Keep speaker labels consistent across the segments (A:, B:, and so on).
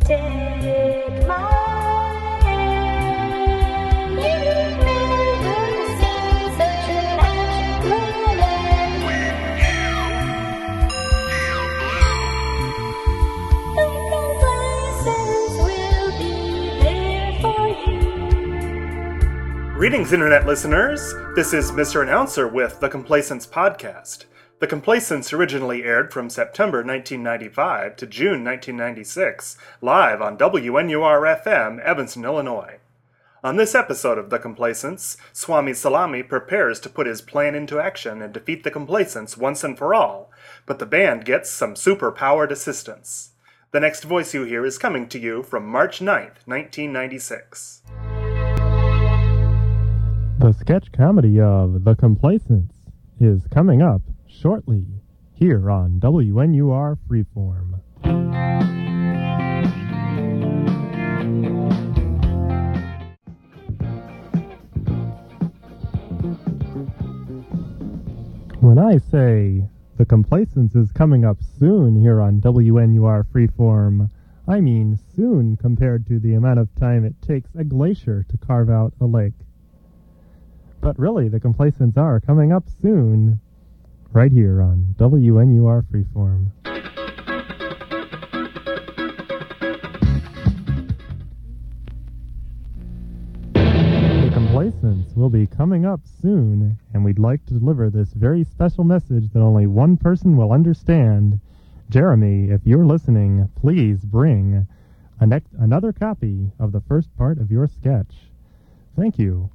A: Take my hand. You've never seen such a natural The complacence will be there for you.
B: Greetings, Internet listeners! This is Mr. Announcer with The Complacence Podcast. The Complacence originally aired from September 1995 to June 1996, live on WNUR FM, Evanston, Illinois. On this episode of The Complacence, Swami Salami prepares to put his plan into action and defeat the Complacence once and for all, but the band gets some super powered assistance. The next voice you hear is coming to you from March 9th, 1996.
C: The sketch comedy of The Complacents is coming up shortly here on WNUR Freeform. When I say The Complacents is coming up soon here on WNUR Freeform, I mean soon compared to the amount of time it takes a glacier to carve out a lake. But really, the complacents are coming up soon, right here on WNUR Freeform. The complacents will be coming up soon, and we'd like to deliver this very special message that only one person will understand. Jeremy, if you're listening, please bring a nec- another copy of the first part of your sketch. Thank you.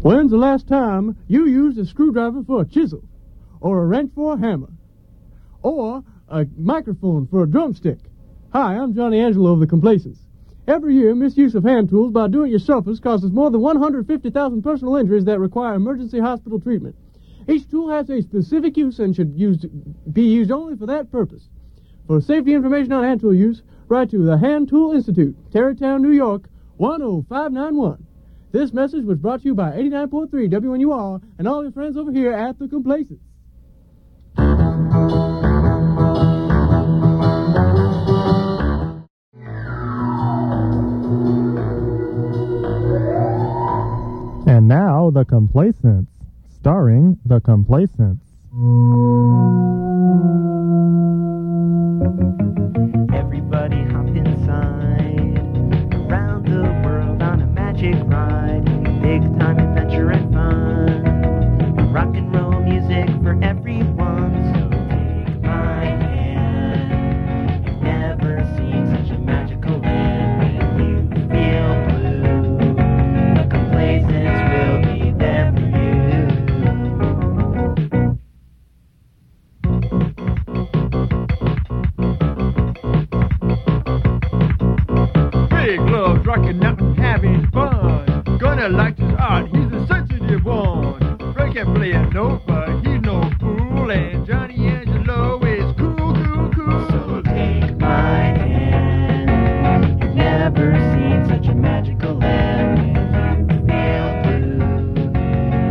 D: When's the last time you used a screwdriver for a chisel, or a wrench for a hammer, or a microphone for a drumstick? Hi, I'm Johnny Angelo of The Complacents. Every year, misuse of hand tools by do-it-yourselfers causes more than 150,000 personal injuries that require emergency hospital treatment. Each tool has a specific use and should used, be used only for that purpose. For safety information on hand tool use, write to the Hand Tool Institute, Tarrytown, New York, 10591. This message was brought to you by 89.3 WNUR and all your friends over here at The Complacents.
C: And now, The Complacents, starring The Complacents.
E: Everybody hop inside. Around the world on a magic ride. Big time adventure and fun. Rock and roll music for everyone. So take my hand. I've never seen such a magical land. When you feel blue, the complacence will be there for you.
D: Big love, rocking out and having fun. Gonna like this art, he's a sensitive one. Frank can play a note, but he's no fool. And Johnny Angelo is cool, cool, cool.
E: Take my hand. You've never seen such a magical land. When you feel blue,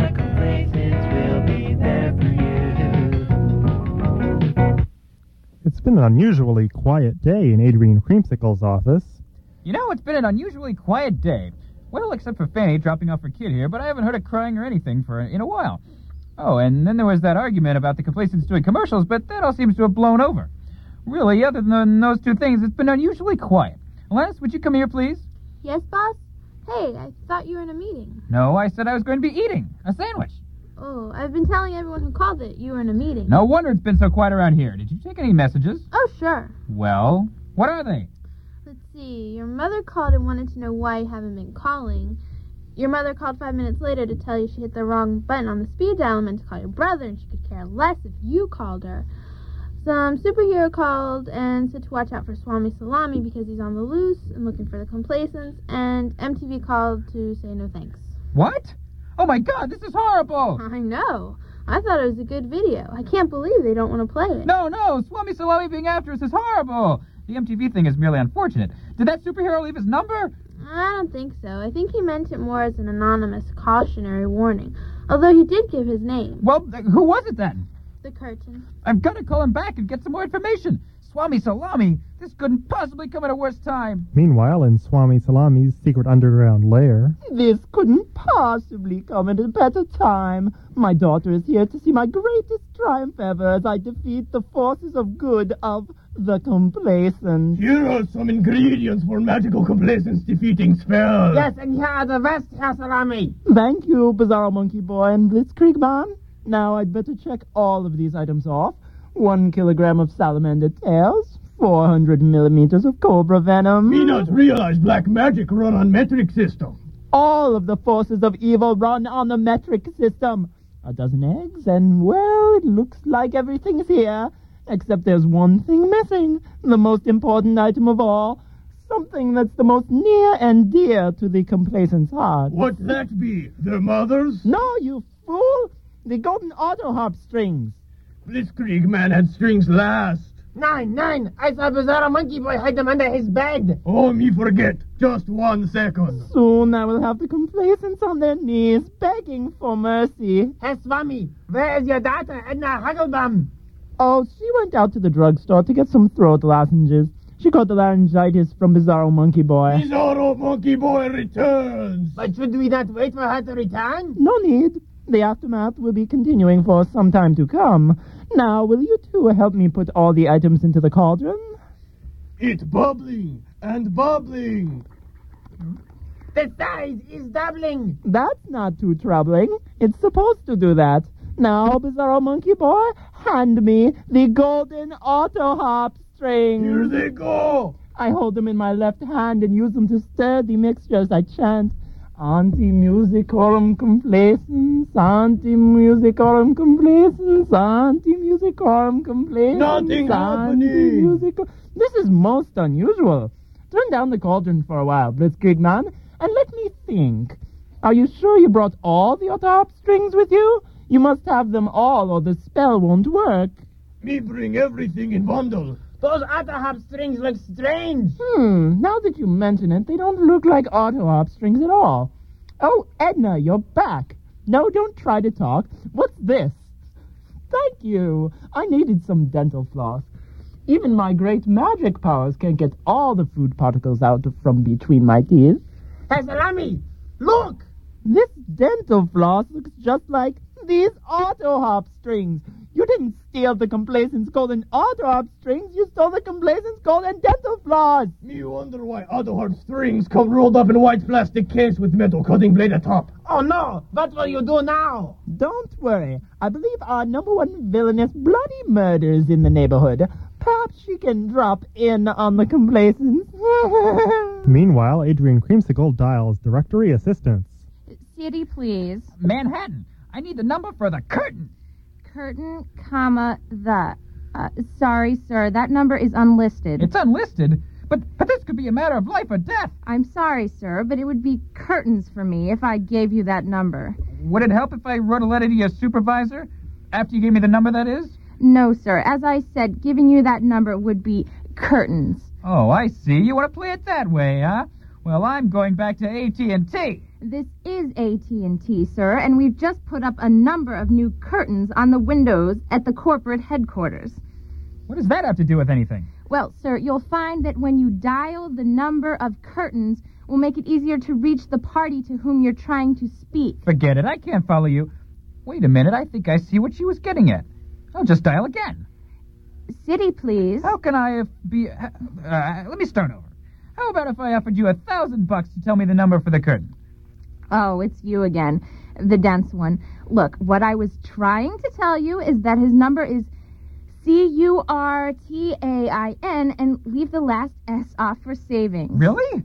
E: the complacence will be there for you.
C: It's been an unusually quiet day in Adrian Creamsicle's office.
F: You know, it's been an unusually quiet day. Well, except for Fanny dropping off her kid here, but I haven't heard her crying or anything for in a while. Oh, and then there was that argument about the complacents doing commercials, but that all seems to have blown over. Really, other than those two things, it's been unusually quiet. Alanis, would you come here, please?
G: Yes, boss? Hey, I thought you were in a meeting.
F: No, I said I was going to be eating a sandwich.
G: Oh, I've been telling everyone who called that you were in a meeting.
F: No wonder it's been so quiet around here. Did you take any messages?
G: Oh, sure.
F: Well, what are they?
G: Let's see. Your mother called and wanted to know why you haven't been calling. Your mother called five minutes later to tell you she hit the wrong button on the speed dial and meant to call your brother, and she could care less if you called her. Some superhero called and said to watch out for Swami Salami because he's on the loose and looking for the complacence, and MTV called to say no thanks.
F: What? Oh my god, this is horrible!
G: I know. I thought it was a good video. I can't believe they don't want to play it.
F: No, no, Swami Salami being after us is horrible. The MTV thing is merely unfortunate. Did that superhero leave his number?
G: I don't think so. I think he meant it more as an anonymous cautionary warning, although he did give his name.
F: Well, th- who was it then?
G: The curtain.
F: I'm gonna call him back and get some more information. Swami Salami, this couldn't possibly come at a worse time.
C: Meanwhile, in Swami Salami's secret underground lair,
H: This couldn't possibly come at a better time. My daughter is here to see my greatest triumph ever as I defeat the forces of good of the complacent.
D: Here are some ingredients for magical complacence defeating spells.
H: and here are the rest, Herr Salami. Thank you, Bizarro Monkey Boy and Blitzkrieg Man. Now I'd better check all of these items off. One kilogram of salamander tails, 400 millimeters of cobra venom.
D: Me not realize black magic run on metric system.
H: all of the forces of evil run on the metric system. A dozen eggs, and well, it looks like everything's here. Except there's one thing missing the most important item of all. Something that's the most near and dear to the complacent's heart.
D: What that be? Their mothers?
H: No, you fool! The golden auto harp strings.
D: Blitzkrieg man had strings last.
H: Nine, nine! I saw Bizarro Monkey Boy hide them under his bed.
D: Oh, me forget. Just one second.
H: Soon I will have the complacents on their knees, begging for mercy.
E: Hey, Swami, where is your daughter, Edna Hagelbaum?
H: Oh, she went out to the drugstore to get some throat lozenges. She caught the laryngitis from Bizarro Monkey Boy.
D: Bizarro Oh, Monkey Boy returns.
E: But should we not wait for her to return?
H: No need. The aftermath will be continuing for some time to come. Now, will you two help me put all the items into the cauldron?
D: It bubbling and bubbling.
E: The size is doubling.
H: That's not too troubling. It's supposed to do that. Now, Bizarro Monkey Boy, hand me the golden auto harp
D: Here
H: string.
D: they go.
H: I hold them in my left hand and use them to stir the mixture as I chant Anti musicorum complacence, anti musicorum complacence, anti musicorum complacence.
D: Nothing happening.
H: anti-musico-" This is most unusual. Turn down the cauldron for a while, Blitzkrieg man, and let me think. Are you sure you brought all the other harp strings with you? You must have them all, or the spell won't work.
D: Me bring everything in bundle.
E: Those other harp strings look strange.
H: Hmm, now that you mention it, they don't look like auto harp strings at all. Oh, Edna, you're back. No, don't try to talk. What's this? Thank you. I needed some dental floss. Even my great magic powers can't get all the food particles out from between my teeth.
E: Hey, Salami, look.
H: This dental floss looks just like these auto harp strings. You didn't steal the complacence golden auto harp strings, you stole the complacence golden dental floss.
D: Me wonder why other hard strings come rolled up in white plastic case with metal cutting blade atop.
E: Oh no, what will you do now?
H: Don't worry. I believe our number one villainess, Bloody Murder, is in the neighborhood. Perhaps she can drop in on the complacence.
C: meanwhile, Adrian Creamsicle dials directory assistance.
I: City, please.
F: Manhattan, I need the number for the curtain.
I: Curtain, comma, the. Uh, sorry, sir. That number is unlisted.
F: It's unlisted, but, but this could be a matter of life or death.
I: I'm sorry, sir, but it would be curtains for me if I gave you that number.
F: Would it help if I wrote a letter to your supervisor? After you gave me the number, that is?
I: No, sir. As I said, giving you that number would be curtains.
F: Oh, I see. You want to play it that way, huh? Well, I'm going back to AT&T.
I: This is AT&T, sir, and we've just put up a number of new curtains on the windows at the corporate headquarters.
F: What does that have to do with anything?
I: Well, sir, you'll find that when you dial the number of curtains will make it easier to reach the party to whom you're trying to speak.
F: Forget it. I can't follow you. Wait a minute. I think I see what she was getting at. I'll just dial again.
I: City, please.
F: How can I if be? Uh, let me start over. How about if I offered you a thousand bucks to tell me the number for the curtain?
I: Oh, it's you again. The dense one. Look, what I was trying to tell you is that his number is C U R T A I N and leave the last S off for savings.
F: Really?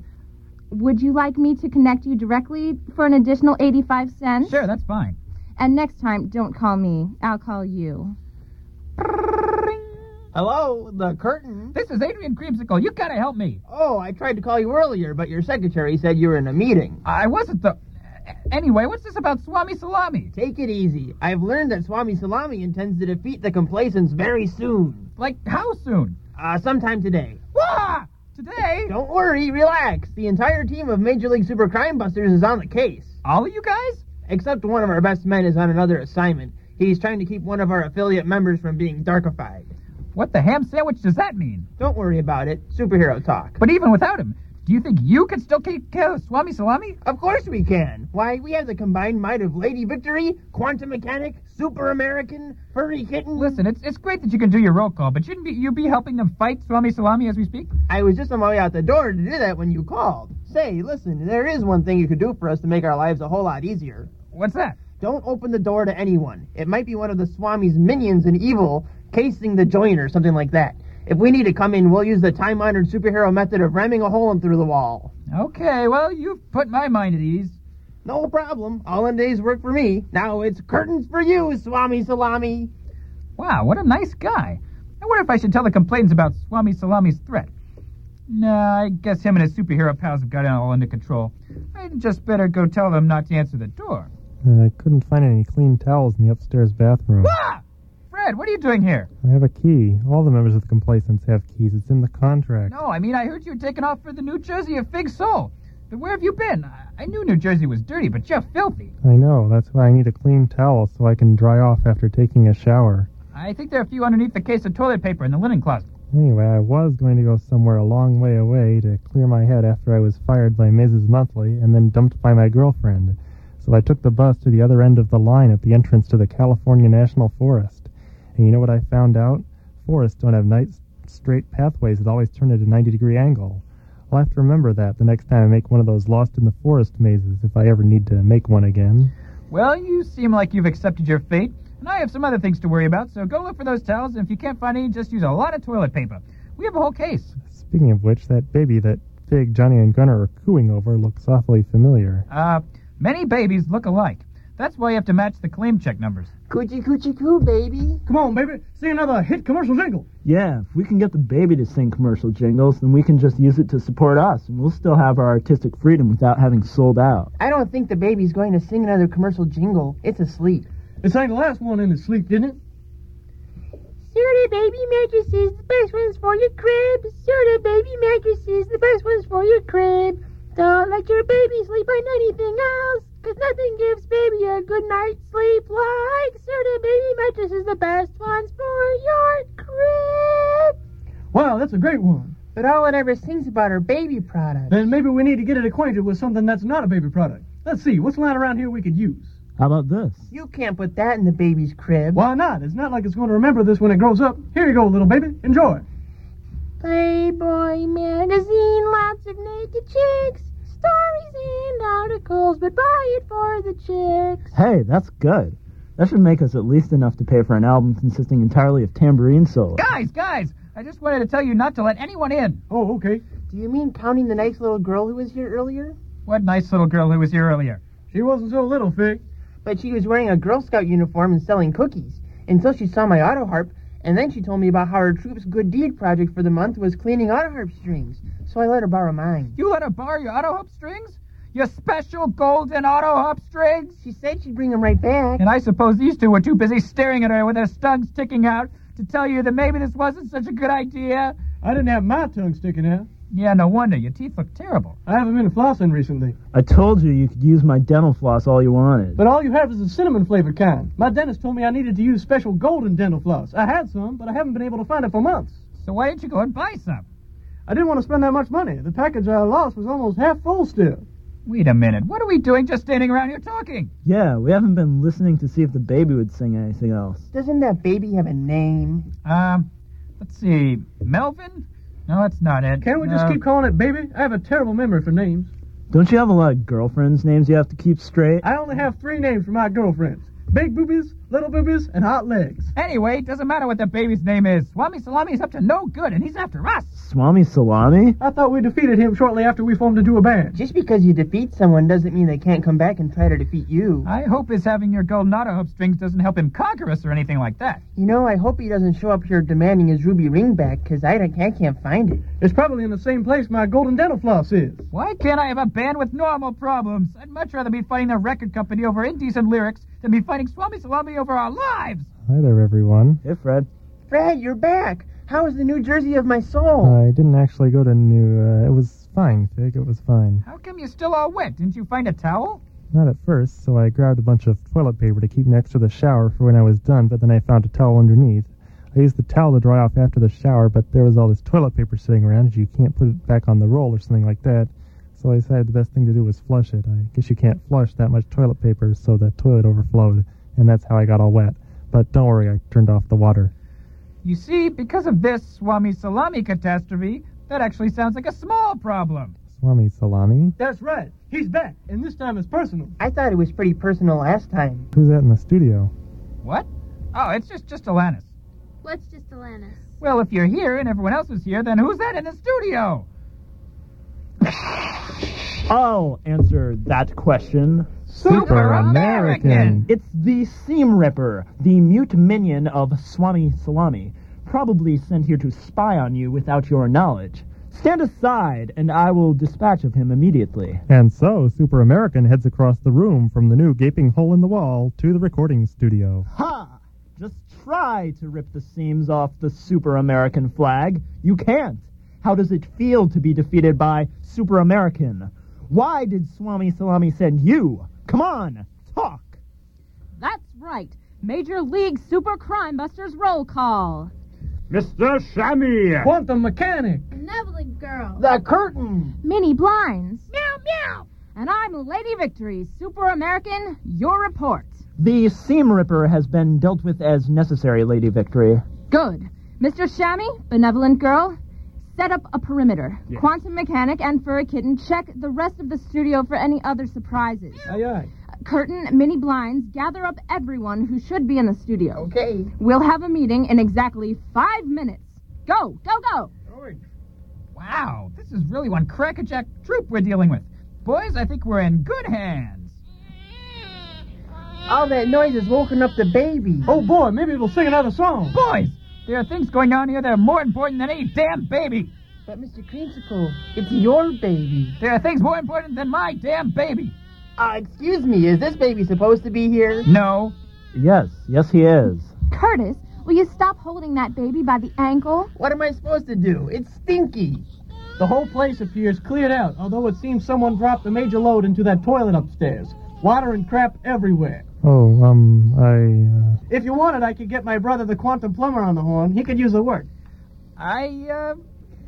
I: Would you like me to connect you directly for an additional 85 cents?
F: Sure, that's fine.
I: And next time, don't call me. I'll call you.
H: Hello, the curtain.
F: This is Adrian Creamsicle. You gotta help me.
H: Oh, I tried to call you earlier, but your secretary said you were in a meeting.
F: I wasn't the. Anyway, what's this about Swami Salami?
H: Take it easy. I've learned that Swami Salami intends to defeat the complacents very soon.
F: Like, how soon?
J: Uh, sometime today.
K: Wah! Today?
J: Don't worry, relax. The entire team of Major League Super Crime Busters is on the case.
F: All of you guys?
J: Except one of our best men is on another assignment. He's trying to keep one of our affiliate members from being darkified.
F: What the ham sandwich does that mean?
J: Don't worry about it. Superhero talk.
F: But even without him, do you think you could still keep uh, Swami Salami?
J: Of course we can. Why, we have the combined might of Lady Victory, Quantum Mechanic, Super American, Furry Kitten.
F: Listen, it's, it's great that you can do your roll call, but shouldn't be, you be helping them fight Swami Salami as we speak?
J: I was just on my way out the door to do that when you called. Say, listen, there is one thing you could do for us to make our lives a whole lot easier.
F: What's that?
J: Don't open the door to anyone. It might be one of the Swami's minions in evil casing the joint or something like that. If we need to come in, we'll use the time honored superhero method of ramming a hole in through the wall.
F: Okay, well, you've put my mind at ease.
J: No problem. All in days work for me. Now it's curtains for you, Swami Salami.
F: Wow, what a nice guy. I wonder if I should tell the complaints about Swami Salami's threat. Nah, I guess him and his superhero pals have got it all under control. I'd just better go tell them not to answer the door.
C: Uh, I couldn't find any clean towels in the upstairs bathroom.
F: Ah! Fred, what are you doing here?
C: I have a key. All the members of the Complacents have keys. It's in the contract.
F: No, I mean, I heard you were taking off for the New Jersey of Fig Soul. But where have you been? I, I knew New Jersey was dirty, but you're filthy.
C: I know. That's why I need a clean towel so I can dry off after taking a shower.
F: I think there are a few underneath the case of toilet paper in the linen closet.
C: Anyway, I was going to go somewhere a long way away to clear my head after I was fired by Mrs. Monthly and then dumped by my girlfriend. So I took the bus to the other end of the line at the entrance to the California National Forest. And you know what I found out? Forests don't have nice straight pathways that always turn at a 90 degree angle. I'll have to remember that the next time I make one of those lost in the forest mazes if I ever need to make one again.
F: Well, you seem like you've accepted your fate, and I have some other things to worry about, so go look for those towels, and if you can't find any, just use a lot of toilet paper. We have a whole case.
C: Speaking of which, that baby that Fig, Johnny, and Gunner are cooing over looks awfully familiar.
F: Uh, many babies look alike. That's why you have to match the claim check numbers.
J: Coochie coochie coo, baby.
D: Come on, baby. Sing another hit commercial jingle.
K: Yeah, if we can get the baby to sing commercial jingles, then we can just use it to support us, and we'll still have our artistic freedom without having sold out.
J: I don't think the baby's going to sing another commercial jingle. It's asleep.
D: It sang the last one in his sleep, didn't it?
E: Soda baby mattresses, the best ones for your crib. Soda baby mattresses, the best ones for your crib. Don't let your baby sleep on anything else, 'cause nothing gives baby a good night's sleep like Soda baby mattresses, the best ones for your crib.
D: Wow, that's a great one.
J: But all it ever sings about are baby products.
D: Then maybe we need to get it acquainted with something that's not a baby product. Let's see, what's lying around here we could use?
K: How about this?
J: You can't put that in the baby's crib.
D: Why not? It's not like it's going to remember this when it grows up. Here you go, little baby. Enjoy.
E: Playboy magazine, lots of naked chicks, stories and articles, but buy it for the chicks.
K: Hey, that's good. That should make us at least enough to pay for an album consisting entirely of tambourine solos.
F: Guys, guys, I just wanted to tell you not to let anyone in.
D: Oh, okay.
J: Do you mean counting the nice little girl who was here earlier?
F: What nice little girl who was here earlier.
D: She wasn't so little, Fig.
J: But she was wearing a Girl Scout uniform and selling cookies until she saw my auto harp, and then she told me about how her troop's good deed project for the month was cleaning auto harp strings. So I let her borrow mine.
F: You let her borrow your auto hop strings? Your special golden auto hop strings?
J: She said she'd bring them right back.
F: And I suppose these two were too busy staring at her with their tongues sticking out to tell you that maybe this wasn't such a good idea.
D: I didn't have my tongue sticking out.
F: Yeah, no wonder. Your teeth look terrible.
D: I haven't been flossing recently.
K: I told you you could use my dental floss all you wanted.
D: But all you have is the cinnamon flavored kind. My dentist told me I needed to use special golden dental floss. I had some, but I haven't been able to find it for months.
F: So why don't you go and buy some?
D: I didn't want to spend that much money. The package I lost was almost half full still.
F: Wait a minute. What are we doing just standing around here talking?
K: yeah, we haven't been listening to see if the baby would sing anything else.
J: Doesn't that baby have a name?
F: Um, let's see. Melvin? No, that's not it.
D: Can't we just
F: No.
D: keep calling it baby? I have a terrible memory for names.
K: Don't you have a lot of girlfriends' names you have to keep straight?
D: I only have three names for my girlfriends Big Boobies, Little Boobies, and Hot Legs.
F: Anyway, it doesn't matter what the baby's name is. Swami Salami is up to no good, and he's after us.
K: Swami Salami?
D: I thought we defeated him shortly after we formed into a band.
J: Just because you defeat someone doesn't mean they can't come back and try to defeat you.
F: I hope his having your golden auto hope strings doesn't help him conquer us or anything like that.
J: You know, I hope he doesn't show up here demanding his ruby ring back, 'cause I, don't- I can't find it.
D: It's probably in the same place my golden dental floss is.
F: Why can't I have a band with normal problems? I'd much rather be fighting the record company over indecent lyrics than be fighting Swami Salami over our lives.
C: Hi there, everyone.
K: Hey, Fred.
J: Fred, you're back. How is the New Jersey of my soul?
C: I didn't actually go to New. Uh, it was fine, Fig. It was fine.
F: How come you're still all wet? Didn't you find a towel?
C: Not at first, so I grabbed a bunch of toilet paper to keep next to the shower for when I was done, but then I found a towel underneath. I used the towel to dry off after the shower, but there was all this toilet paper sitting around, and you can't put it back on the roll or something like that. So I decided the best thing to do was flush it. I guess you can't flush that much toilet paper, so the toilet overflowed, and that's how I got all wet. But don't worry, I turned off the water.
F: You see, because of this Swami Salami catastrophe, that actually sounds like a small problem.
C: Swami Salami?
D: That's right. He's back, and this time it's personal.
J: I thought it was pretty personal last time.
C: Who's that in the studio?
F: What? Oh, it's just just Alanis.
G: What's just Alanis?
F: Well, if you're here and everyone else is here, then who's that in the studio?
K: I'll answer that question.
F: Super American.
K: It's the Seam Ripper, the mute minion of Swami Salami, probably sent here to spy on you without your knowledge. Stand aside, and I will dispatch of him immediately.
C: And so, Super American heads across the room from the new gaping hole in the wall to the recording studio.
K: Ha! Just try to rip the seams off the Super American flag. You can't. How does it feel to be defeated by Super American? Why did Swami Salami send you? Come on, talk!
I: That's right. Major League Super Crime Busters roll call.
L: Mr. Shammy!
D: Quantum mechanic.
G: Neveling girl.
J: The curtain!
I: Mini blinds. Meow meow. And I'm Lady Victory, Super American. Your report.
K: The Seam Ripper has been dealt with as necessary, Lady Victory.
I: Good. Mr. Shammy, benevolent girl, set up a perimeter. Quantum mechanic and furry kitten check the rest of the studio for any other surprises.
D: Aye, aye.
I: Curtain, mini blinds, gather up everyone who should be in the studio.
J: Okay.
I: We'll have a meeting in exactly five minutes. Go, go, go.
F: Wow, this is really one crackerjack troop we're dealing with. Boys, I think we're in good hands.
J: All that noise has woken up the baby.
D: Oh boy, maybe it'll sing another song.
F: Boys, there are things going on here that are more important than any damn baby.
J: But Mr. Creamsicle, it's your baby.
F: There are things more important than my damn baby.
J: Uh, excuse me, is this baby supposed to be here?
F: No.
K: Yes, yes, he is.
I: Curtis, will you stop holding that baby by the ankle?
J: What am I supposed to do? It's stinky.
D: The whole place appears cleared out, although it seems someone dropped a major load into that toilet upstairs. Water and crap everywhere.
C: Oh, um, I. Uh,
D: If you wanted, I could get my brother, the quantum plumber, on the horn. He could use the work.
F: I, uh,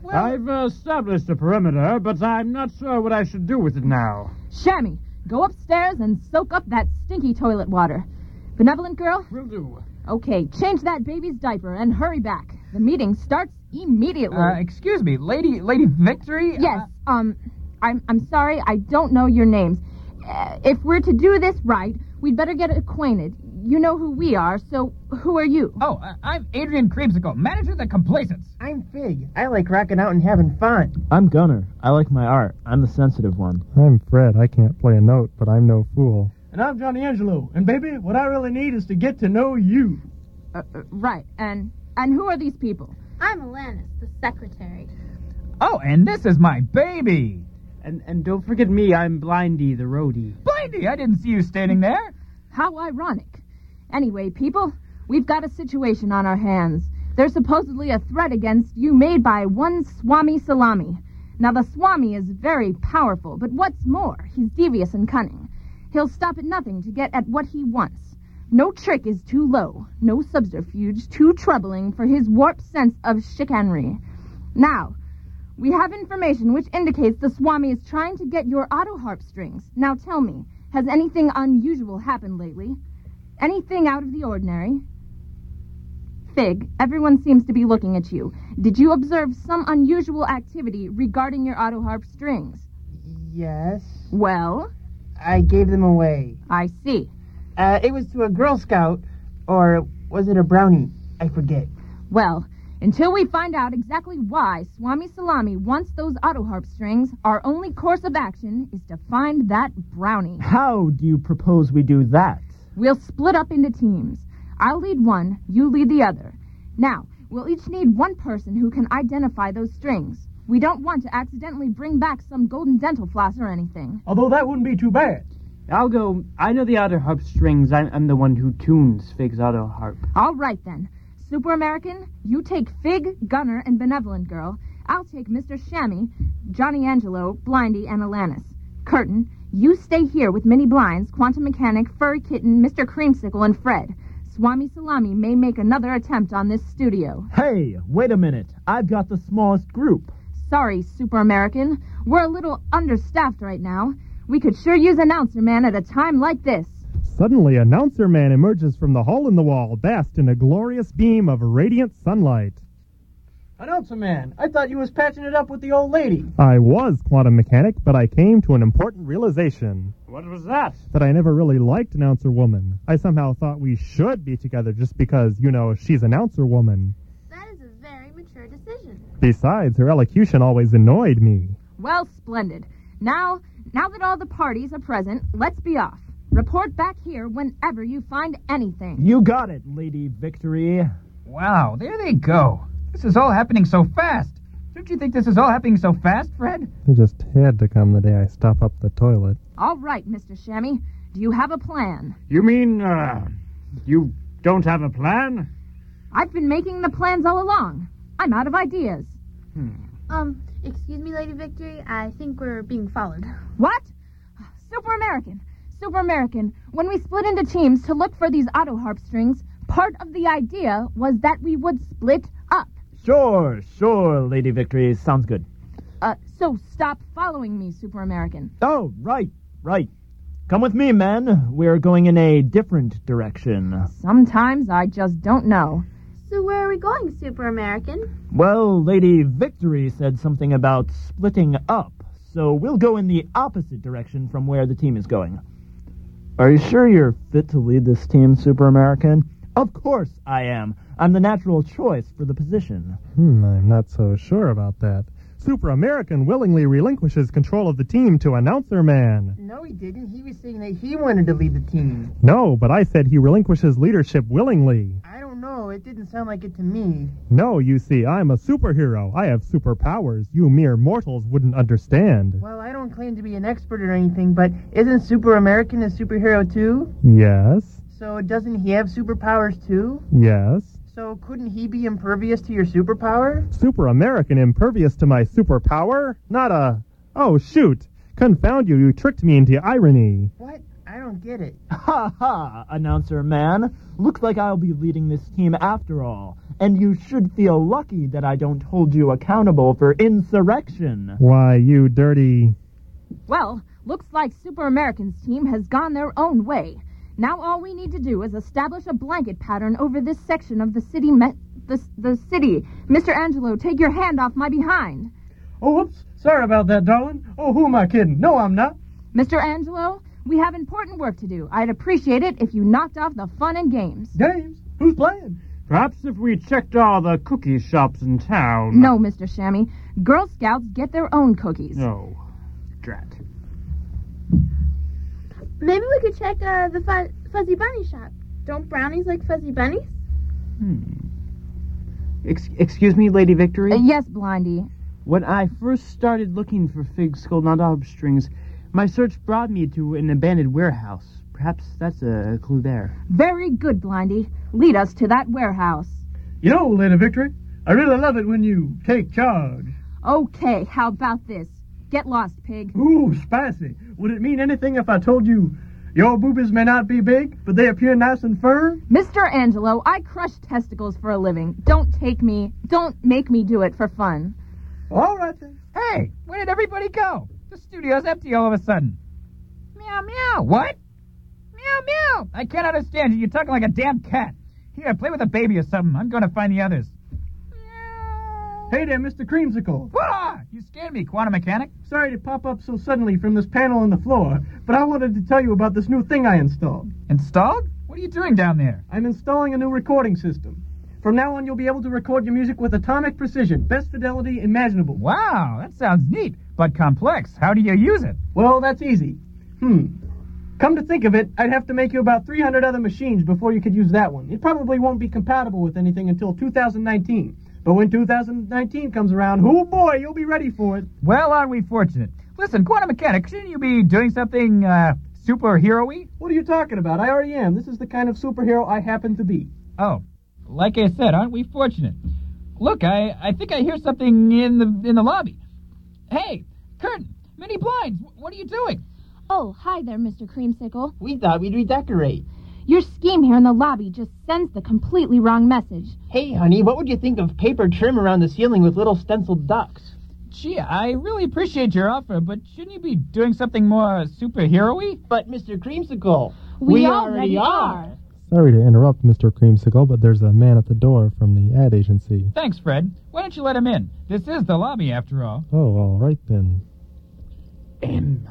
F: well,
L: I've established a perimeter, but I'm not sure what I should do with it now.
I: Shammy, go upstairs and soak up that stinky toilet water. Benevolent girl?
L: Will do.
I: Okay, change that baby's diaper and hurry back. The meeting starts immediately.
F: uh, excuse me, Lady Lady Victory? Uh,
I: yes, um, I'm, I'm sorry, I don't know your names. Uh, if we're to do this right, we'd better get acquainted. You know who we are, so who are you?
F: Uh, oh, uh, I'm Adrian Creamsicle, manager of the Complacents.
J: I'm Fig. I like rocking out and having fun.
K: I'm Gunner. I like my art. I'm the sensitive one.
C: uh, I'm Fred. I can't play a note, but I'm no fool.
D: And I'm Johnny Angelo. And baby, what I really need is to get to know you.
I: Uh, uh, right, and and who are these people?
G: I'm Alanis, the secretary.
F: Oh, and this is my baby.
K: And and don't forget me. I'm Blindy the roadie.
F: Blindy, I didn't see you standing there.
I: How ironic. Anyway, people, we've got a situation on our hands. There's supposedly a threat against you made by one Swami Salami. Now, the Swami is very powerful, but what's more, he's devious and cunning. He'll stop at nothing to get at what he wants. No trick is too low, no subterfuge too troubling for his warped sense of chicanery. Now, we have information which indicates the Swami is trying to get your auto harp strings. Now tell me, has anything unusual happened lately? Anything out of the ordinary? Fig, everyone seems to be looking at you. Did you observe some unusual activity regarding your auto harp strings?
J: Yes.
I: Well,
J: I gave them away.
I: I see.
J: Uh, it was to a Girl Scout, or was it a brownie? I forget.
I: Well, until we find out exactly why Swami Salami wants those auto harp strings, our only course of action is to find that brownie.
K: How do you propose we do that?
I: We'll split up into teams. I'll lead one, you lead the other. Now, we'll each need one person who can identify those strings. We don't want to accidentally bring back some golden dental floss or anything.
D: Although that wouldn't be too bad.
K: I'll go. I know the outer harp strings. I'm, I'm the one who tunes Fig's auto harp.
I: All right then. Super American, you take Fig, Gunner, and Benevolent Girl. I'll take Mr. Shammy, Johnny Angelo, Blindy, and Alanis. Curtin, you stay here with Minnie Blinds, Quantum Mechanic, Furry Kitten, Mr. Creamsicle, and Fred. Swami Salami may make another attempt on this studio.
K: Hey, wait a minute. I've got the smallest group.
I: Sorry, Super American. We're a little understaffed right now. We could sure use Announcer Man at a time like this.
C: Suddenly, Announcer Man emerges from the hole in the wall, bathed in a glorious beam of radiant sunlight.
J: Announcer man, I thought you was patching it up with the old lady.
C: I was Quantum Mechanic, but I came to an important realization
L: What was that?
C: that I never really liked Announcer Woman. I somehow thought we should be together just because, you know, she's Announcer Woman.
G: That is a very mature decision.
C: Besides, her elocution always annoyed me.
I: Well, splendid. Now, now that all the parties are present, let's be off. Report back here whenever you find anything.
K: You got it, Lady Victory.
F: Wow, there they go. This is all happening so fast. Don't you think this is all happening so fast, Fred?
C: It just had to come the day I stop up the toilet.
I: All right, Mr. Shammy. Do you have a plan?
L: You mean, uh, you don't have a plan?
I: I've been making the plans all along. I'm out of ideas.
G: Um, excuse me, Lady Victory. I think we're being followed.
I: What? Super American. Super American. When we split into teams to look for these auto harp strings, part of the idea was that we would split up.
K: Sure, sure, Lady Victory. Sounds good.
I: Uh, so stop following me, Super American.
K: Oh, right, right. Come with me, men. We're going in a different direction.
I: Sometimes I just don't know.
G: So where are we going, Super American?
K: Well, Lady Victory said something about splitting up, so we'll go in the opposite direction from where the team is going. Are you sure you're fit to lead this team, Super American? Of course I am. I'm the natural choice for the position.
C: Hmm, I'm not so sure about that. Super American willingly relinquishes control of the team to Announcer Man.
J: No, he didn't. He was saying that he wanted to lead the team.
C: No, but I said he relinquishes leadership willingly.
J: I don't know. It didn't sound like it to me.
C: No, you see, I'm a superhero. I have superpowers you mere mortals wouldn't understand.
J: Well, I don't claim to be an expert or anything, but isn't Super American a superhero too?
C: Yes,
J: So doesn't he have superpowers too?
C: yes.
J: So couldn't he be impervious to your superpower?
C: Super American impervious to my superpower? Not a. Oh, shoot! Confound you, you tricked me into irony.
J: What? I don't get it.
K: Ha ha, announcer man. Looks like I'll be leading this team after all, and you should feel lucky that I don't hold you accountable for insurrection.
C: Why, you dirty.
I: Well, looks like Super American's team has gone their own way. Now all we need to do is establish a blanket pattern over this section of the city. Me- the, the city, Mr. Angelo, take your hand off my behind.
D: Oh, whoops. Sorry about that, darling. Oh, who am I kidding? No, I'm not.
I: Mr. Angelo, we have important work to do. I'd appreciate it if you knocked off the fun and games.
D: Games? Who's playing?
L: Perhaps if we checked all the cookie shops in town.
I: No, Mr. Shammy. Girl Scouts get their own cookies.
L: No. Drat.
G: Maybe we could check uh, the fu- Fuzzy Bunny shop. Don't brownies like fuzzy bunnies?
E: Ex- excuse me, Lady Victory?
I: Uh, yes, Blindy.
E: When I first started looking for fig skull not ob strings, my search brought me to an abandoned warehouse. Perhaps that's a clue there.
I: Very good, Blindy. Lead us to that warehouse.
D: You know, Lady Victory, I really love it when you take charge.
I: Okay, how about this? Get lost, pig.
D: Ooh, spicy. Would it mean anything if I told you your boobies may not be big, but they appear nice and firm?
I: Mr. Angelo, I crush testicles for a living. Don't take me. Don't make me do it for fun.
D: All right then.
F: Hey, where did everybody go? The studio's empty all of a sudden. Meow,
E: Oh,
F: meow. What? Meow, meow. I can't understand you. You're talking like a damn cat. Here, play with a baby or something. I'm going to find the others.
D: Hey there, Mr. Creamsicle.
F: Wah! You scared me, Quantum Mechanic.
D: Sorry to pop up so suddenly from this panel on the floor, but I wanted to tell you about this new thing I installed.
F: Installed? What are you doing down there?
D: I'm installing a new recording system. From now on, you'll be able to record your music with atomic precision, best fidelity imaginable.
F: Wow, that sounds neat, but complex. How do you use it?
D: Well, that's easy. Hmm. Come to think of it, I'd have to make you about 300 other machines before you could use that one. It probably won't be compatible with anything until 2019. But when 2019 comes around, oh boy, you'll be ready for it.
F: Well, are we fortunate? Listen, Quantum Mechanic, shouldn't you be doing something, uh, superhero-y?
D: What are you talking about? I already am. This is the kind of superhero I happen to be.
F: Oh. Like I said, aren't we fortunate? Look, I, I think I hear something in the in the lobby. Hey, curtain, mini blinds. wh- What are you doing?
I: Oh, hi there, Mr. Creamsicle.
H: We thought uh, we'd redecorate.
I: Your scheme here in the lobby just sends the completely wrong message.
H: Hey, honey, what would you think of paper trim around the ceiling with little stenciled ducks?
F: Gee, I really appreciate your offer, but shouldn't you be doing something more superhero-y?
H: But Mr. Creamsicle,
I: We
H: we
I: already
H: already are.
C: Sorry to interrupt, Mr. Creamsicle, but there's a man at the door from the ad agency.
F: Thanks, Fred. Why don't you let him in? This is the lobby, after all.
C: Oh, all right then.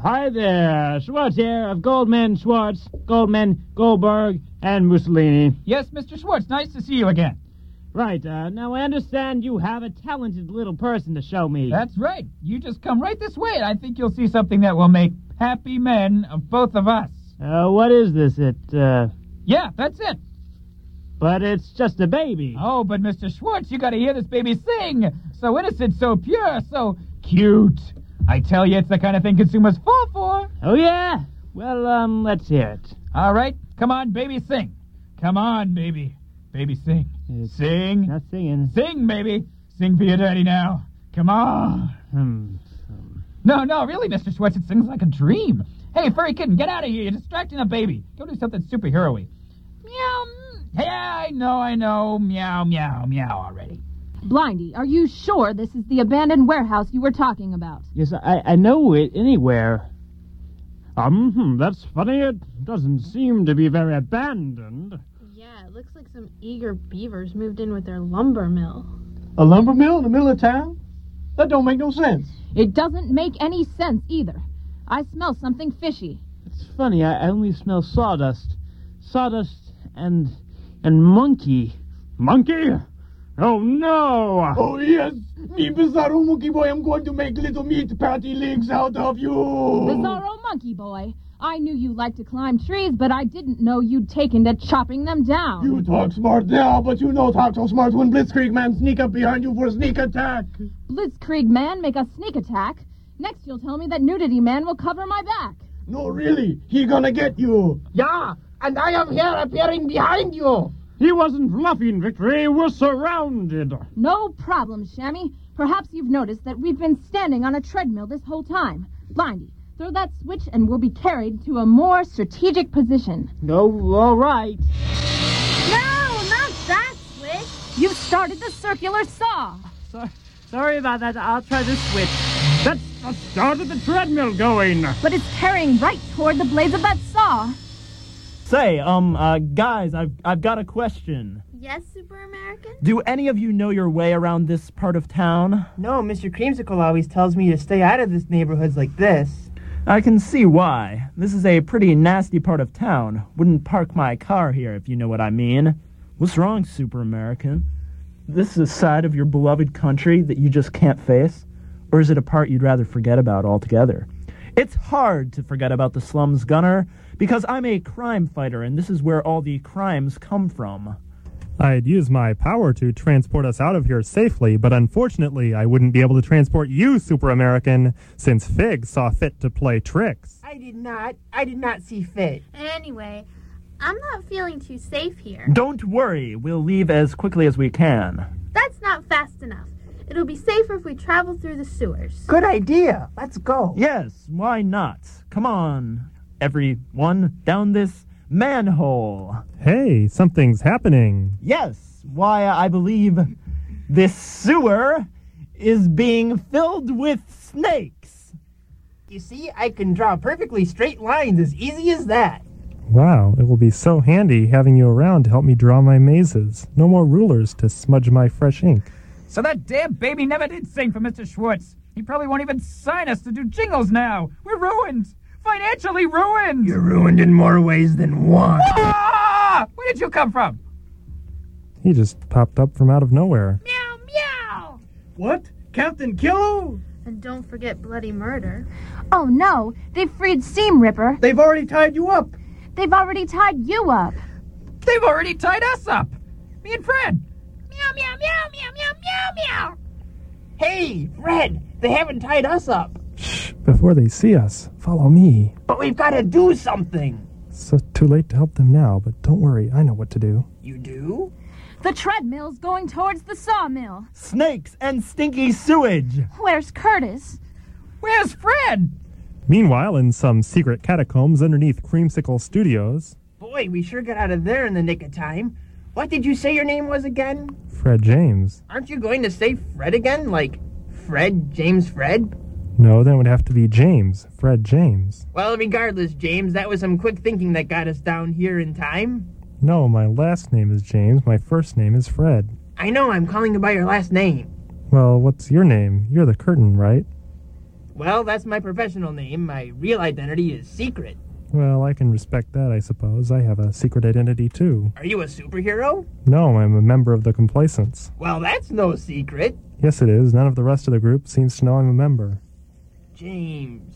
L: Hi there, Schwartz here of Goldman Schwartz, Goldman, Goldberg, and Mussolini.
F: Yes, Mr. Schwartz, nice to see you again.
L: Right, uh, now I understand you have a talented little person to show me.
F: That's right. You just come right this way, and I think you'll see something that will make happy men of both of us.
L: Uh, what is this? It, uh,
F: Yeah, that's it.
L: but it's just a baby.
F: Oh, but Mr. Schwartz, you gotta hear this baby sing. So innocent, so pure, so cute. I tell you, it's the kind of thing consumers fall for.
L: Oh, yeah? Well, um, let's hear it.
F: All right, come on, baby, sing. Come on, baby. Baby, sing. sing.
L: Not singing.
F: Sing, baby. Sing for your daddy now. Come on.
L: Hmm.
F: No, no, really, Mr. Schwartz, it sings like a dream. Hey, furry kitten, get out of here. You're distracting a baby. Go do something superhero-y. Meow. mm. Yeah, I know, I know. Meow, meow, meow already.
I: Blindy, are you sure this is the abandoned warehouse you were talking about?
K: Yes, I, I know it anywhere.
L: Um, hmm, that's funny. It doesn't seem to be very abandoned.
G: Yeah, it looks like some eager beavers moved in with their lumber mill.
D: A lumber mill in the middle of town? That don't make no sense.
I: It doesn't make any sense either. I smell something fishy.
K: It's funny, I, I only smell sawdust. Sawdust and. and monkey.
L: Monkey? Oh, no!
D: Oh, yes. Me bizarro monkey boy, I'm going to make little meat patty legs out of you.
I: Bizarro monkey boy. I knew you liked to climb trees, but I didn't know you'd taken to chopping them down.
D: You talk smart now, but you know talk so smart when Blitzkrieg man sneak up behind you for sneak attack.
I: Blitzkrieg man, make a sneak attack. Next, you'll tell me that nudity man will cover my back.
D: No, really, he gonna get you.
H: Yeah, and I am here appearing behind you.
L: He wasn't bluffing, Victory. We're surrounded.
I: No problem, Shammy. Perhaps you've noticed that we've been standing on a treadmill this whole time. Blindy, throw that switch and we'll be carried to a more strategic position.
K: No, all right.
I: No, not that switch. You've started the circular saw.
K: So, sorry about that. I'll try this switch.
L: That's what started the treadmill going.
I: But it's tearing right toward the blades of that saw.
K: Say, um, uh, guys, I've, I've got a question.
G: Yes, Super American?
K: Do any of you know your way around this part of town?
H: No, Mr. Creamsicle always tells me to stay out of this neighborhoods like this.
K: I can see why. This is a pretty nasty part of town. Wouldn't park my car here if you know what I mean. What's wrong, Super American? This is a side of your beloved country that you just can't face? Or is it a part you'd rather forget about altogether? It's hard to forget about the slums, Gunner, because I'm a crime fighter and this is where all the crimes come from.
C: I'd use my power to transport us out of here safely, but unfortunately, I wouldn't be able to transport you, Super American, since Fig saw fit to play tricks.
H: I did not. I did not see fit.
G: Anyway, I'm not feeling too safe here.
K: Don't worry, we'll leave as quickly as we can.
G: That's not fast enough. It'll be safer if we travel through the sewers.
H: Good idea. Let's go.
K: Yes, why not? Come on, everyone, down this manhole.
C: Hey, something's happening.
K: Yes, why I believe this sewer is being filled with snakes.
H: You see, I can draw perfectly straight lines as easy as that.
C: Wow, it will be so handy having you around to help me draw my mazes. No more rulers to smudge my fresh ink.
F: So that damn baby never did sing for Mr. Schwartz. He probably won't even sign us to do jingles now. We're ruined. Financially ruined.
H: You're ruined in more ways than one.
F: Ah! Where did you come from?
C: He just popped up from out of nowhere.
G: Meow, meow!
D: What? Captain Killo?
G: And don't forget bloody murder.
I: Oh no, they've freed Seam Ripper.
D: They've already tied you up.
I: They've already tied you up.
F: They've already tied us up. Me and Fred. Meow, meow, meow, meow, meow, meow, meow.
H: Hey, Fred, they haven't tied us up.
C: Shh, before they see us, follow me.
H: But we've got to do something.
C: So too late to help them now, but don't worry, I know what to do.
H: You do?
I: The treadmill's going towards the sawmill.
K: Snakes and stinky sewage.
I: Where's Curtis? Where's Fred?
C: Meanwhile, in some secret catacombs underneath Creamsicle Studios,
J: Boy, we sure got out of there in the nick of time. What did you say your name was again?
C: Fred James.
J: Aren't you going to say Fred again? Like Fred, James Fred?
C: No, then it would have to be James, Fred James.
J: Well, regardless, James, that was some quick thinking that got us down here in time.
C: No, my last name is James, my first name is Fred.
J: I know, I'm calling you by your last name.
C: Well, what's your name? You're the curtain, right?
J: Well, that's my professional name. My real identity is secret.
C: Well, I can respect that, I suppose. I have a secret identity, too.
J: Are you a superhero?
C: No, I'm a member of the Complacents.
J: Well, that's no secret.
C: Yes, it is. None of the rest of the group seems to know I'm a member.
J: James.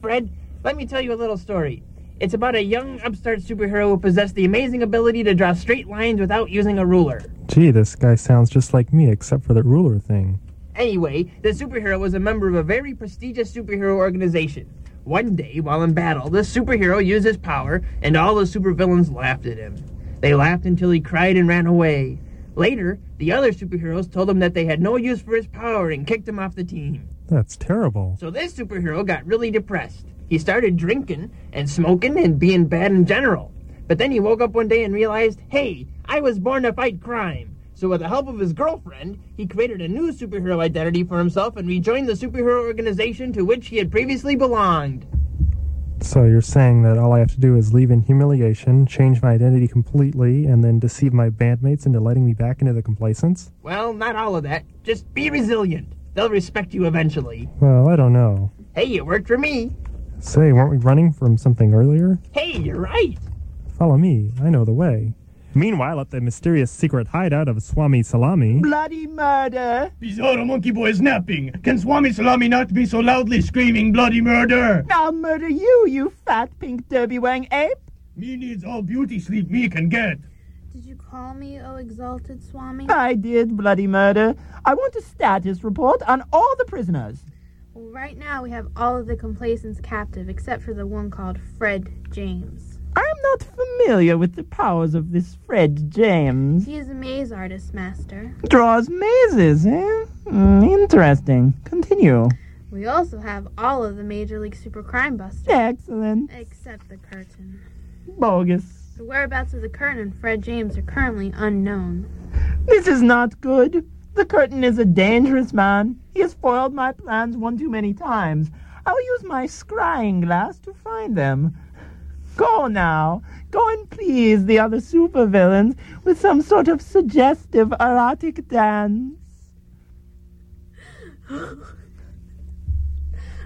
J: Fred, let me tell you a little story. It's about a young upstart superhero who possessed the amazing ability to draw straight lines without using a ruler.
C: Gee, this guy sounds just like me, except for the ruler thing.
J: Anyway, the superhero was a member of a very prestigious superhero organization. One day, while in battle, the superhero used his power, and all the supervillains laughed at him. They laughed until he cried and ran away. Later, the other superheroes told him that they had no use for his power and kicked him off the team.
C: That's terrible.
J: So this superhero got really depressed. He started drinking and smoking and being bad in general. But then he woke up one day and realized, hey, I was born to fight crime. So with the help of his girlfriend, he created a new superhero identity for himself and rejoined the superhero organization to which he had previously belonged.
C: So you're saying that all I have to do is leave in humiliation, change my identity completely, and then deceive my bandmates into letting me back into the complacence?
J: Well, not all of that. Just be resilient. They'll respect you eventually.
C: Well, I don't know.
J: Hey, it worked for me.
C: Say, weren't we running from something earlier?
J: Hey, you're right.
C: Follow me, I know the way. Meanwhile, at the mysterious secret hideout of Swami Salami.
H: Bloody murder!
M: Bizarro monkey boy is napping. Can Swami Salami not be so loudly screaming bloody murder?
H: I'll murder you, you fat pink derby wang ape!
M: Me needs all beauty sleep me can get.
G: Did you call me, O exalted Swami?
H: I did bloody murder. I want a status report on all the prisoners.
G: Well, right now we have all of the complacents captive except for the one called Fred James.
H: I'm not familiar with the powers of this Fred James.
G: He is a maze artist, Master.
H: Draws mazes, eh? Mm, interesting. Continue.
G: We also have all of the Major League Super Crime Busters.
H: Excellent.
G: Except the curtain.
H: Bogus.
G: The whereabouts of the curtain and Fred James are currently unknown.
H: This is not good. The curtain is a dangerous man. He has foiled my plans one too many times. I'll use my scrying glass to find them. Go now. Go and please the other supervillains with some sort of suggestive erotic dance.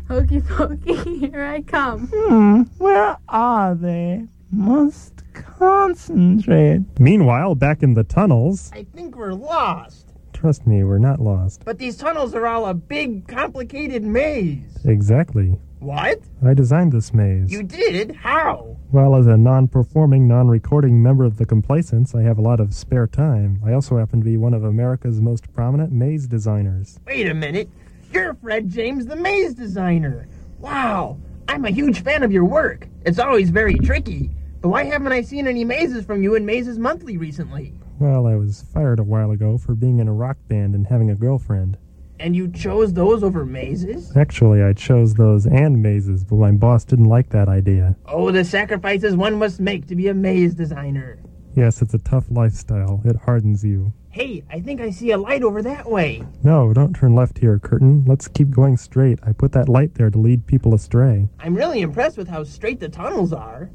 G: Hokey pokey, here I come.
H: Hmm, where are they? Must concentrate.
C: Meanwhile, back in the tunnels.
J: I think we're lost.
C: Trust me, we're not lost.
J: But these tunnels are all a big, complicated maze.
C: Exactly.
J: What?
C: I designed this maze.
J: You did? How?
C: Well, as a non performing, non recording member of the Complacents, I have a lot of spare time. I also happen to be one of America's most prominent maze designers.
J: Wait a minute. You're Fred James, the maze designer. Wow. I'm a huge fan of your work. It's always very tricky. But why haven't I seen any mazes from you in Mazes Monthly recently?
C: Well, I was fired a while ago for being in a rock band and having a girlfriend.
J: And you chose those over mazes?
C: Actually, I chose those and mazes, but my boss didn't like that idea.
J: Oh, the sacrifices one must make to be a maze designer.
C: Yes, it's a tough lifestyle. It hardens you.
J: Hey, I think I see a light over that way.
C: No, don't turn left here, Curtin. Let's keep going straight. I put that light there to lead people astray.
J: I'm really impressed with how straight the tunnels are.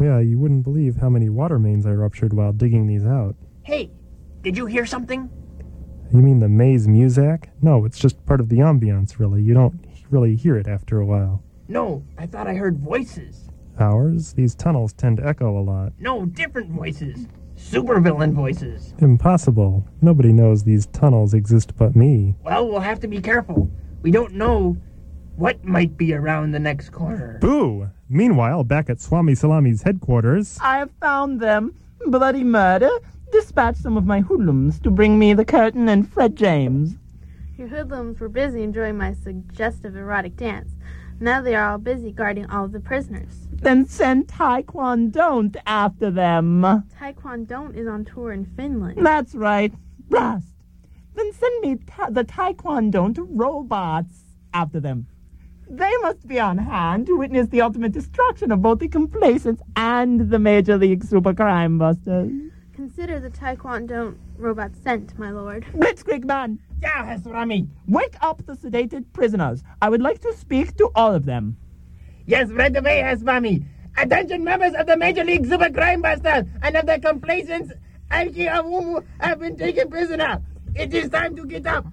C: Yeah, you wouldn't believe how many water mains I ruptured while digging these out.
J: Hey, did you hear something?
C: You mean the maze music? No, it's just part of the ambiance, really. You don't really hear it after a while.
J: No, I thought I heard voices.
C: Ours? These tunnels tend to echo a lot.
J: No, different voices. Supervillain voices.
C: Impossible. Nobody knows these tunnels exist but me.
J: Well, we'll have to be careful. We don't know what might be around the next corner.
C: Boo! Meanwhile, back at Swami Salami's headquarters.
H: I have found them. Bloody murder. Dispatch some of my hoodlums to bring me the curtain and Fred James.
G: Your hoodlums were busy enjoying my suggestive erotic dance. Now they are all busy guarding all of the prisoners.
H: Then send Taekwondo after them.
G: Taekwondo is on tour in Finland.
H: That's right. Rust. Then send me ta- the Taekwondo robots after them. They must be on hand to witness the ultimate destruction of both the complacents and the Major League Super Crime Busters.
G: Consider the Taekwondo robot sent, my lord.
H: Blitzkrieg man! Yeah, Rami! Wake up the sedated prisoners. I would like to speak to all of them.
J: Yes, right away, Haswami. Attention members of the Major League Super Crime Busters and of the complacents, Alki Awumu have been taken prisoner. It is time to get up.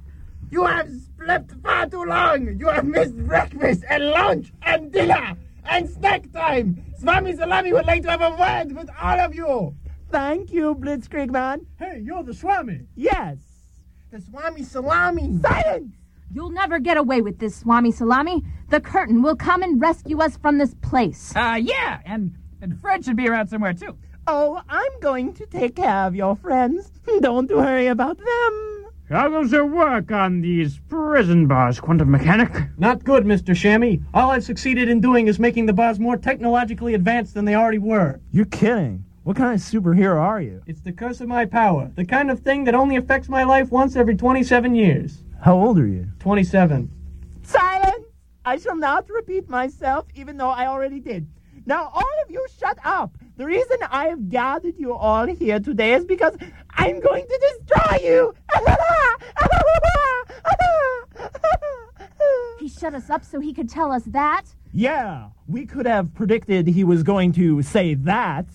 J: You have slept far too long. You have missed breakfast and lunch and dinner and snack time. Swami Salami would like to have a word with all of you.
H: Thank you, Blitzkrieg man.
M: Hey, you're the Swami.
H: Yes.
J: The Swami Salami.
H: Silence!
I: You'll never get away with this, Swami Salami. The curtain will come and rescue us from this place.
F: Uh, yeah, and, and Fred should be around somewhere, too.
H: Oh, I'm going to take care of your friends. Don't worry about them.
L: How goes the work on these prison bars, quantum mechanic?
D: Not good, Mr. Shammy. All I've succeeded in doing is making the bars more technologically advanced than they already were.
K: You're kidding. What kind of superhero are you?
D: It's the curse of my power, the kind of thing that only affects my life once every 27 years.
K: How old are you?
D: 27.
H: Silence! I shall not repeat myself, even though I already did. Now, all of you, shut up! The reason I have gathered you all here today is because I'm going to destroy you!
I: He shut us up so he could tell us that.
K: Yeah, we could have predicted he was going to say that.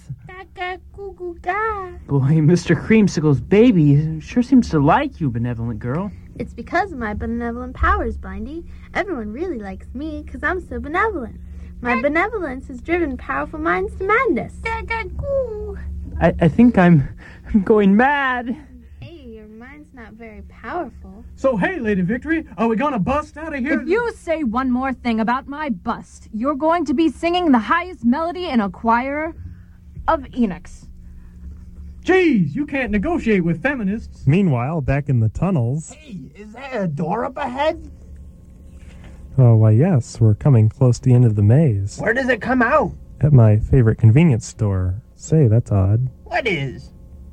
E: Boy, Mr. Creamsicle's baby sure seems to like you, benevolent girl.
G: It's because of my benevolent powers, Blindy. Everyone really likes me because I'm so benevolent. My benevolence has driven powerful minds to madness.
E: I, I think I'm, I'm going mad.
G: Hey, your mind's not very powerful.
D: So, hey, Lady Victory, are we gonna bust out of here?
I: If you say one more thing about my bust, you're going to be singing the highest melody in a choir of Enochs.
D: Jeez, you can't negotiate with feminists.
C: Meanwhile, back in the tunnels.
J: Hey, is that a door up ahead?
C: Oh, why, yes, we're coming close to the end of the maze.
J: Where does it come out?
C: At my favorite convenience store. Say, that's odd.
J: What is?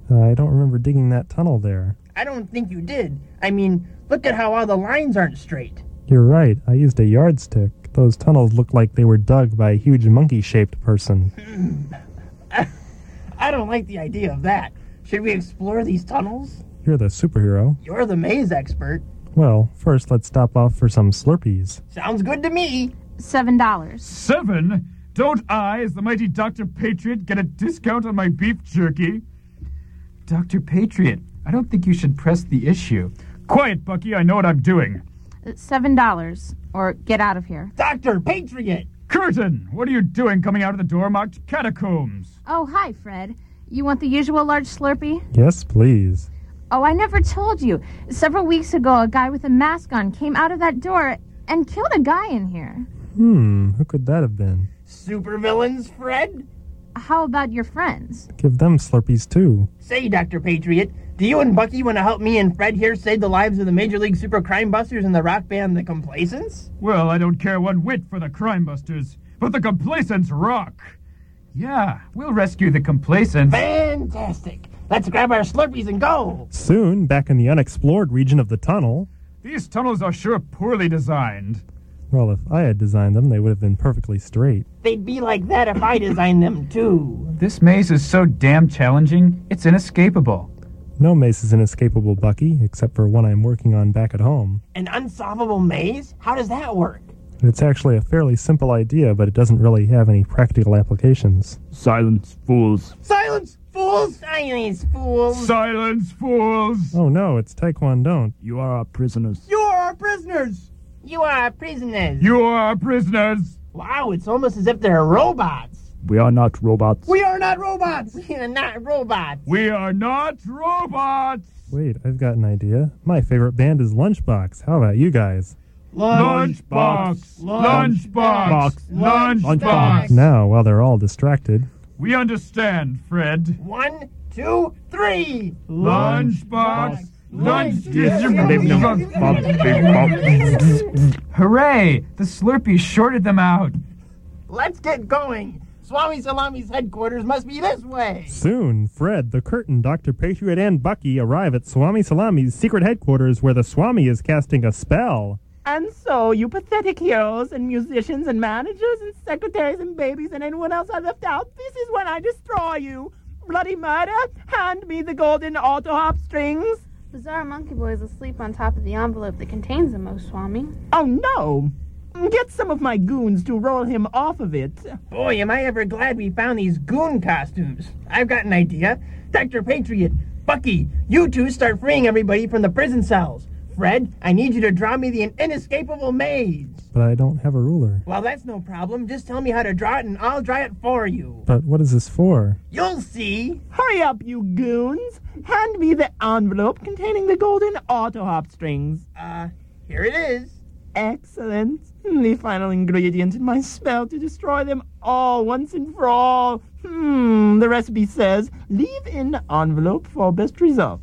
C: Uh, I don't remember digging that tunnel there.
J: I don't think you did. I mean, look at how all the lines aren't straight.
C: You're right, I used a yardstick. Those tunnels looked like they were dug by a huge monkey shaped person.
J: I don't like the idea of that. Should we explore these tunnels?
C: You're the superhero.
J: You're the maze expert.
C: Well, first, let's stop off for some Slurpees.
J: Sounds good to me.
I: Seven dollars.
L: Seven? Don't I, as the mighty Dr. Patriot, get a discount on my beef jerky? Dr. Patriot, I don't think you should press the issue. Quiet, Bucky, I know what I'm doing.
I: Seven dollars. Or get out of here.
J: Dr. Patriot.
L: Curtain, what are you doing coming out of the door marked catacombs?
I: Oh, hi, Fred. You want the usual large Slurpee?
C: Yes, please.
I: Oh, I never told you. Several weeks ago, a guy with a mask on came out of that door and killed a guy in here.
C: Hmm, who could that have been?
J: Supervillains, Fred?
I: How about your friends?
C: Give them Slurpees too.
J: Say, Dr. Patriot, do you and Bucky want to help me and Fred here save the lives of the Major League Super Crime Busters and the rock band The Complacents?
L: Well, I don't care one whit for the crime busters, but the complacents rock. Yeah, we'll rescue the complacents.
J: Fantastic. Let's grab our Slurpees and go.
C: Soon, back in the unexplored region of the tunnel.
L: These tunnels are sure poorly designed.
C: Well, if I had designed them, they would have been perfectly straight.
J: They'd be like that if I designed them too.
F: This maze is so damn challenging, it's inescapable.
C: No mace is inescapable, Bucky, except for one I'm working on back at home.
J: An unsolvable maze? How does that work?
C: It's actually a fairly simple idea, but it doesn't really have any practical applications.
L: Silence, fools.
J: Silence, fools! Silence, fools!
L: Silence, fools!
C: Oh no, it's Taekwondo.
K: You are our prisoners.
J: You are our prisoners! You are our prisoners!
L: You are prisoners!
J: Wow, it's almost as if they're robots!
K: We are not robots.
J: We are not robots! We are not robots!
L: We are not robots!
C: Wait, I've got an idea. My favorite band is Lunchbox. How about you guys?
L: Lunchbox! Lunchbox!
K: Box.
L: Lunchbox!
C: Now, while they're all distracted,
L: We understand, Fred.
J: One, two, three!
L: Lunchbox! Hooray! The Slurpee shorted them out.
J: Let's get going. Swami Salami's headquarters must be this way.
C: Soon, Fred, the Curtain, Dr. Patriot, and Bucky arrive at Swami Salami's secret headquarters where the Swami is casting a spell.
H: And so, you pathetic heroes and musicians and managers and secretaries and babies and anyone else I left out, this is when I destroy you. Bloody murder, hand me the golden auto hop strings.
G: Bizarre Monkey Boy is asleep on top of the envelope that contains the most Swami.
H: Oh no! Get some of my goons to roll him off of it.
J: Boy, am I ever glad we found these goon costumes. I've got an idea. Dr. Patriot, Bucky, you two start freeing everybody from the prison cells. Fred, I need you to draw me the inescapable maze.
C: But I don't have a ruler.
J: Well, that's no problem. Just tell me how to draw it and I'll draw it for you.
C: But what is this for?
J: You'll see.
H: Hurry up, you goons! Hand me the envelope containing the golden auto hop strings.
J: Uh, here it is.
H: Excellent. The final ingredient in my spell to destroy them all once and for all. Hmm, the recipe says leave in envelope for best result.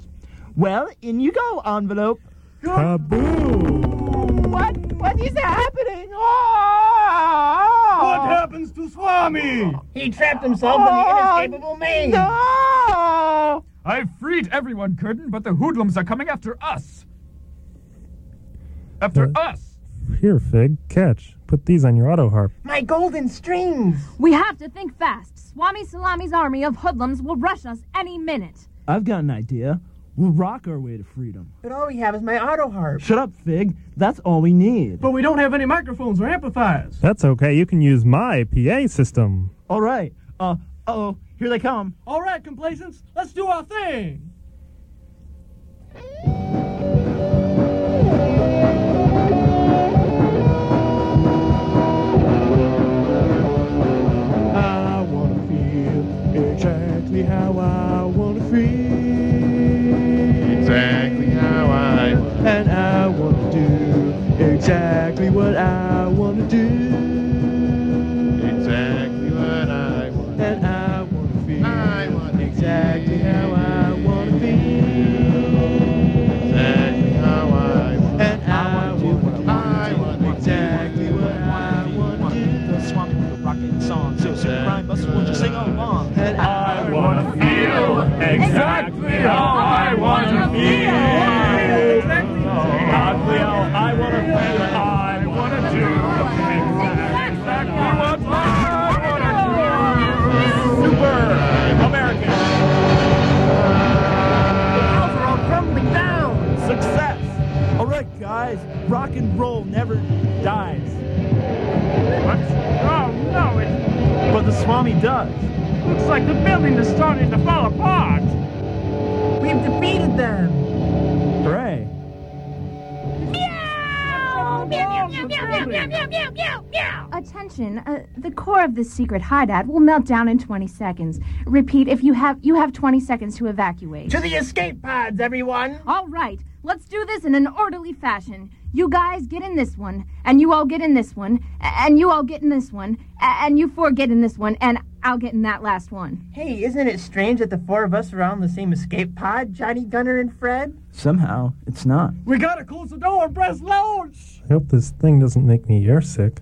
H: Well, in you go, envelope.
C: Kaboom!
H: What? What is happening? Oh!
M: What happens to Swami?
J: He trapped himself in the inescapable maze.
L: Ah,
H: No!
L: I've freed everyone, Curtin, but the hoodlums are coming after us. After us.
C: Here, Fig, catch. Put these on your auto harp.
J: My golden strings.
I: We have to think fast. Swami Salami's army of hoodlums will rush us any minute.
K: I've got an idea. We'll rock our way to freedom.
J: But all we have is my auto harp.
K: Shut up, Fig. That's all we need.
D: But we don't have any microphones or amplifiers.
C: That's okay, you can use my PA system.
K: All right. Uh oh, here they come.
D: All right, complacents, let's do our thing. I wanna feel exactly how I wanna feel. Exactly how I and I wanna do exactly what I wanna do. Exactly what I want. And I wanna feel I want exactly how I wanna feel. Exactly how I want. And I, wanna do what I want. Exactly what I want to do. The swamp with the rockin' song. So, so rhyme, but will you sing along? And I wanna feel exactly how I wanna feel. Exactly how I wanna feel. I wanna do exactly what I wanna do. Super American.
J: are all crumbling down.
K: Success! All right, guys. Rock and roll never dies.
L: What? Oh no, it
K: But the Swami does.
L: looks like the building is starting to fall apart.
J: We've defeated them.
K: Hooray.
I: Attention, uh, the core of this secret hideout will melt down in 20 seconds. Repeat, if you have you have 20 seconds to evacuate.
J: To the escape pods, everyone.
I: All right, let's do this in an orderly fashion. You guys get in this one, and you all get in this one, a- and you all get in this one, a- and you four get in this one, and I'll get in that last one.
J: Hey, isn't it strange that the four of us are all in the same escape pod, Johnny, Gunner, and Fred?
K: Somehow, it's not.
D: We gotta close the door, press launch.
C: I hope this thing doesn't make me airsick.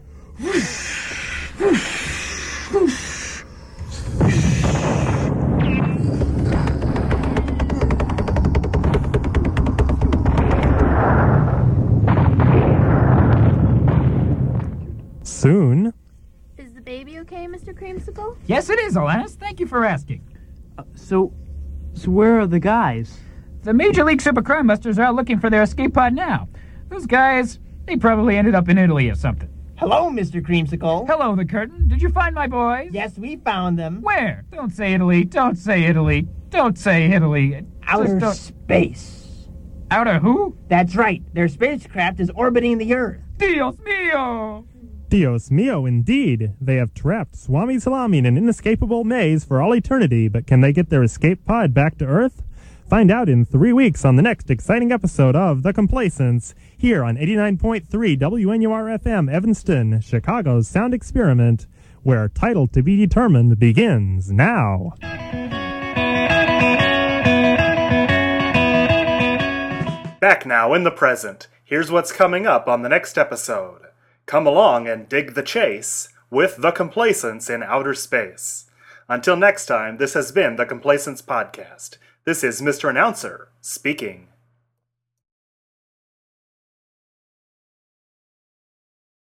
C: Soon,
G: Is the baby okay, Mr. Creamsicle?
F: Yes, it is, Alanis. Thank you for asking.
K: Uh, So, so where are the guys?
F: The Major League Super Crime Busters are out looking for their escape pod now. Those guys, they probably ended up in Italy or something.
J: Hello, Mr. Creamsicle.
F: Hello, the curtain. Did you find my boys?
J: Yes, we found them.
F: Where? Don't say Italy. Don't say Italy. Don't say Italy. Just
J: Outer
F: don't-
J: space.
F: Outer who?
J: That's right. Their spacecraft is orbiting the Earth.
F: Dios mio!
C: Dios mio, indeed! They have trapped Swami Salami in an inescapable maze for all eternity, but can they get their escape pod back to Earth? Find out in three weeks on the next exciting episode of The Complacents, here on 89.3 WNUR FM Evanston, Chicago's sound experiment, where title to be determined begins now.
B: Back now in the present. Here's what's coming up on the next episode. Come along and dig the chase with The Complacence in Outer Space. Until next time, this has been The Complacence Podcast. This is Mr. Announcer speaking.